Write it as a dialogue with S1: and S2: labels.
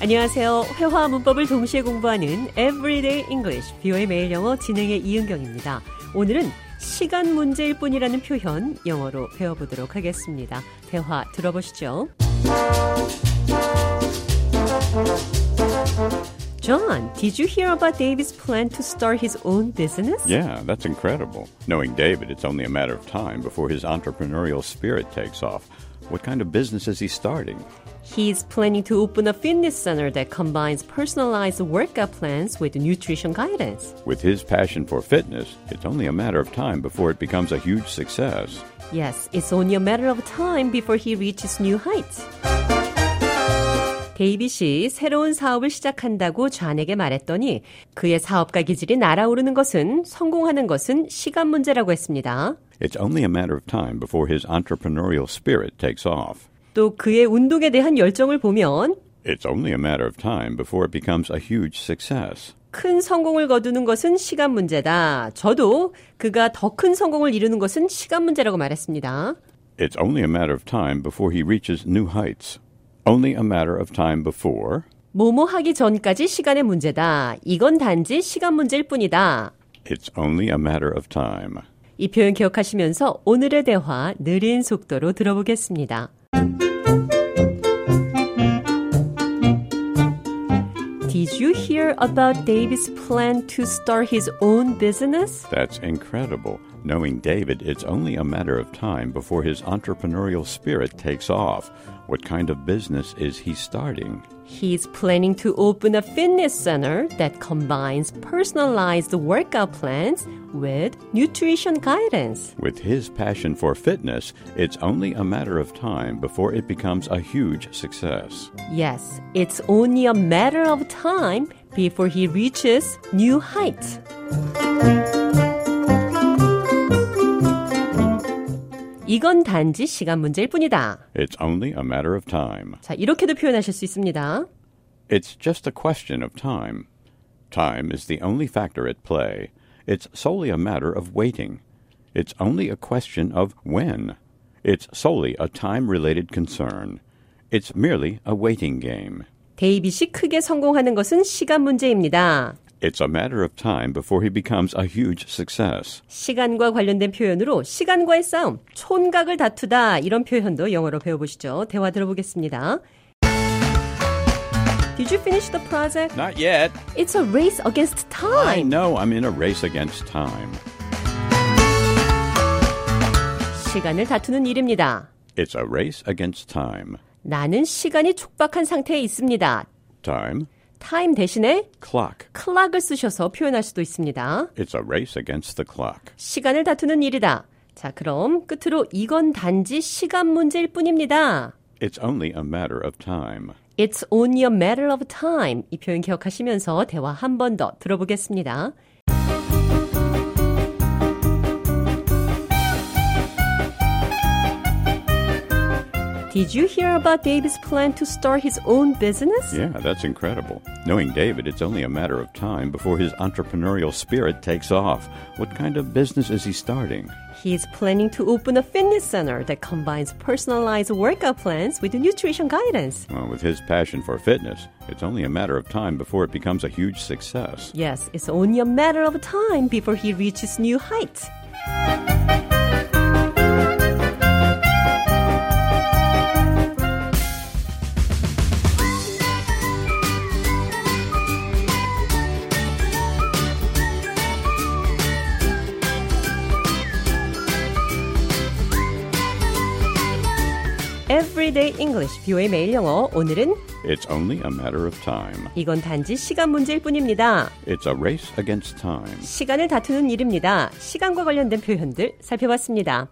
S1: 안녕하세요. 회화 문법을 동시에 공부하는 Everyday English, 비오의 매일 영어 진행의 이은경입니다. 오늘은 시간 문제일 뿐이라는 표현 영어로 배워보도록 하겠습니다. 대화 들어보시죠. John, did you hear about David's plan to start his own business?
S2: Yeah, that's incredible. Knowing David, it's only a matter of time before his entrepreneurial spirit takes off. What kind of business is he starting?
S1: He's planning to open a fitness center that combines personalized workout plans with nutrition guidance.
S2: With his passion for fitness, it's only a matter of time before it becomes a huge success.
S1: Yes, it's only a matter of time before he reaches new heights. 데이비 씨 새로운 사업을 시작한다고 좌에게 말했더니 그의 사업가 기질이 날아오르는 것은 성공하는 것은 시간 문제라고 했습니다.
S2: It's only a matter of time before his entrepreneurial spirit takes off.
S1: 또 그의 운동에 대한 열정을 보면
S2: It's only a matter of time before it becomes a huge success.
S1: 큰 성공을 거두는 것은 시간 문제다. 저도 그가 더 큰 성공을 이루는 것은 시간 문제라고 말했습니다.
S2: It's only a matter of time before he reaches new heights. Only a matter of time before.
S1: 뭐뭐 하기 전까지 시간의 문제다. 이건 단지 시간 문제일 뿐이다.
S2: It's only a matter of time.
S1: 이 표현 기억하시면서 오늘의 대화 느린 속도로 들어보겠습니다. Did you hear about David's plan to start his own business?
S2: That's incredible. Knowing David, it's only a matter of time before his entrepreneurial spirit takes off. What kind of business is he starting?
S1: He's planning to open a fitness center that combines personalized workout plans with nutrition guidance.
S2: With his passion for fitness, it's only a matter of time before it becomes a huge success.
S1: Yes, it's only a matter of time before he reaches new heights. 이건 단지 시간 문제일 뿐이다.
S2: It's only a matter of time.
S1: 자, 이렇게도 표현하실 수 있습니다.
S2: It's just a question of time. Time is the only factor at play. It's solely a matter of waiting. It's only a question of when. It's solely a time related concern. It's merely a waiting game.
S1: 데이빗이 크게 성공하는 것은 시간 문제입니다.
S2: It's a matter of time before he becomes a huge success.
S1: 시간과 관련된 표현으로 시간과의 싸움, 촌각을 다투다 이런 표현도 영어로 배워보시죠. 대화 들어보겠습니다. Did you finish the project?
S2: Not yet.
S1: It's a race against
S2: I
S1: time.
S2: know I'm in a race against time.
S1: 시간을 다투는 일입니다.
S2: It's a race against time.
S1: 나는 시간이 촉박한 상태에 있습니다.
S2: Time,
S1: time 대신에
S2: clock.
S1: clock을 쓰셔서 표현할 수도 있습니다.
S2: It's a race against the clock.
S1: 시간을 다투는 일이다. 자, 그럼 끝으로 이건 단지 시간 문제일 뿐입니다.
S2: It's only a matter of time.
S1: It's only a matter of time. 이 표현 기억하시면서 대화 한 번 더 들어보겠습니다. Did you hear about David's plan to start his own business?
S2: Yeah, that's incredible. Knowing David, it's only a matter of time before his entrepreneurial spirit takes off. What kind of business is he starting?
S1: He's planning to open a fitness center that combines personalized workout plans with nutrition guidance.
S2: Well, with his passion for fitness, it's only a matter of time before it becomes a huge success.
S1: Yes, it's only a matter of time before he reaches new heights. Everyday English, 뷰의 매일 영어. 오늘은
S2: It's only a matter of time.
S1: 이건 단지 시간 문제일 뿐입니다.
S2: It's a race against time.
S1: 시간을 다투는 일입니다. 시간과 관련된 표현들 살펴봤습니다.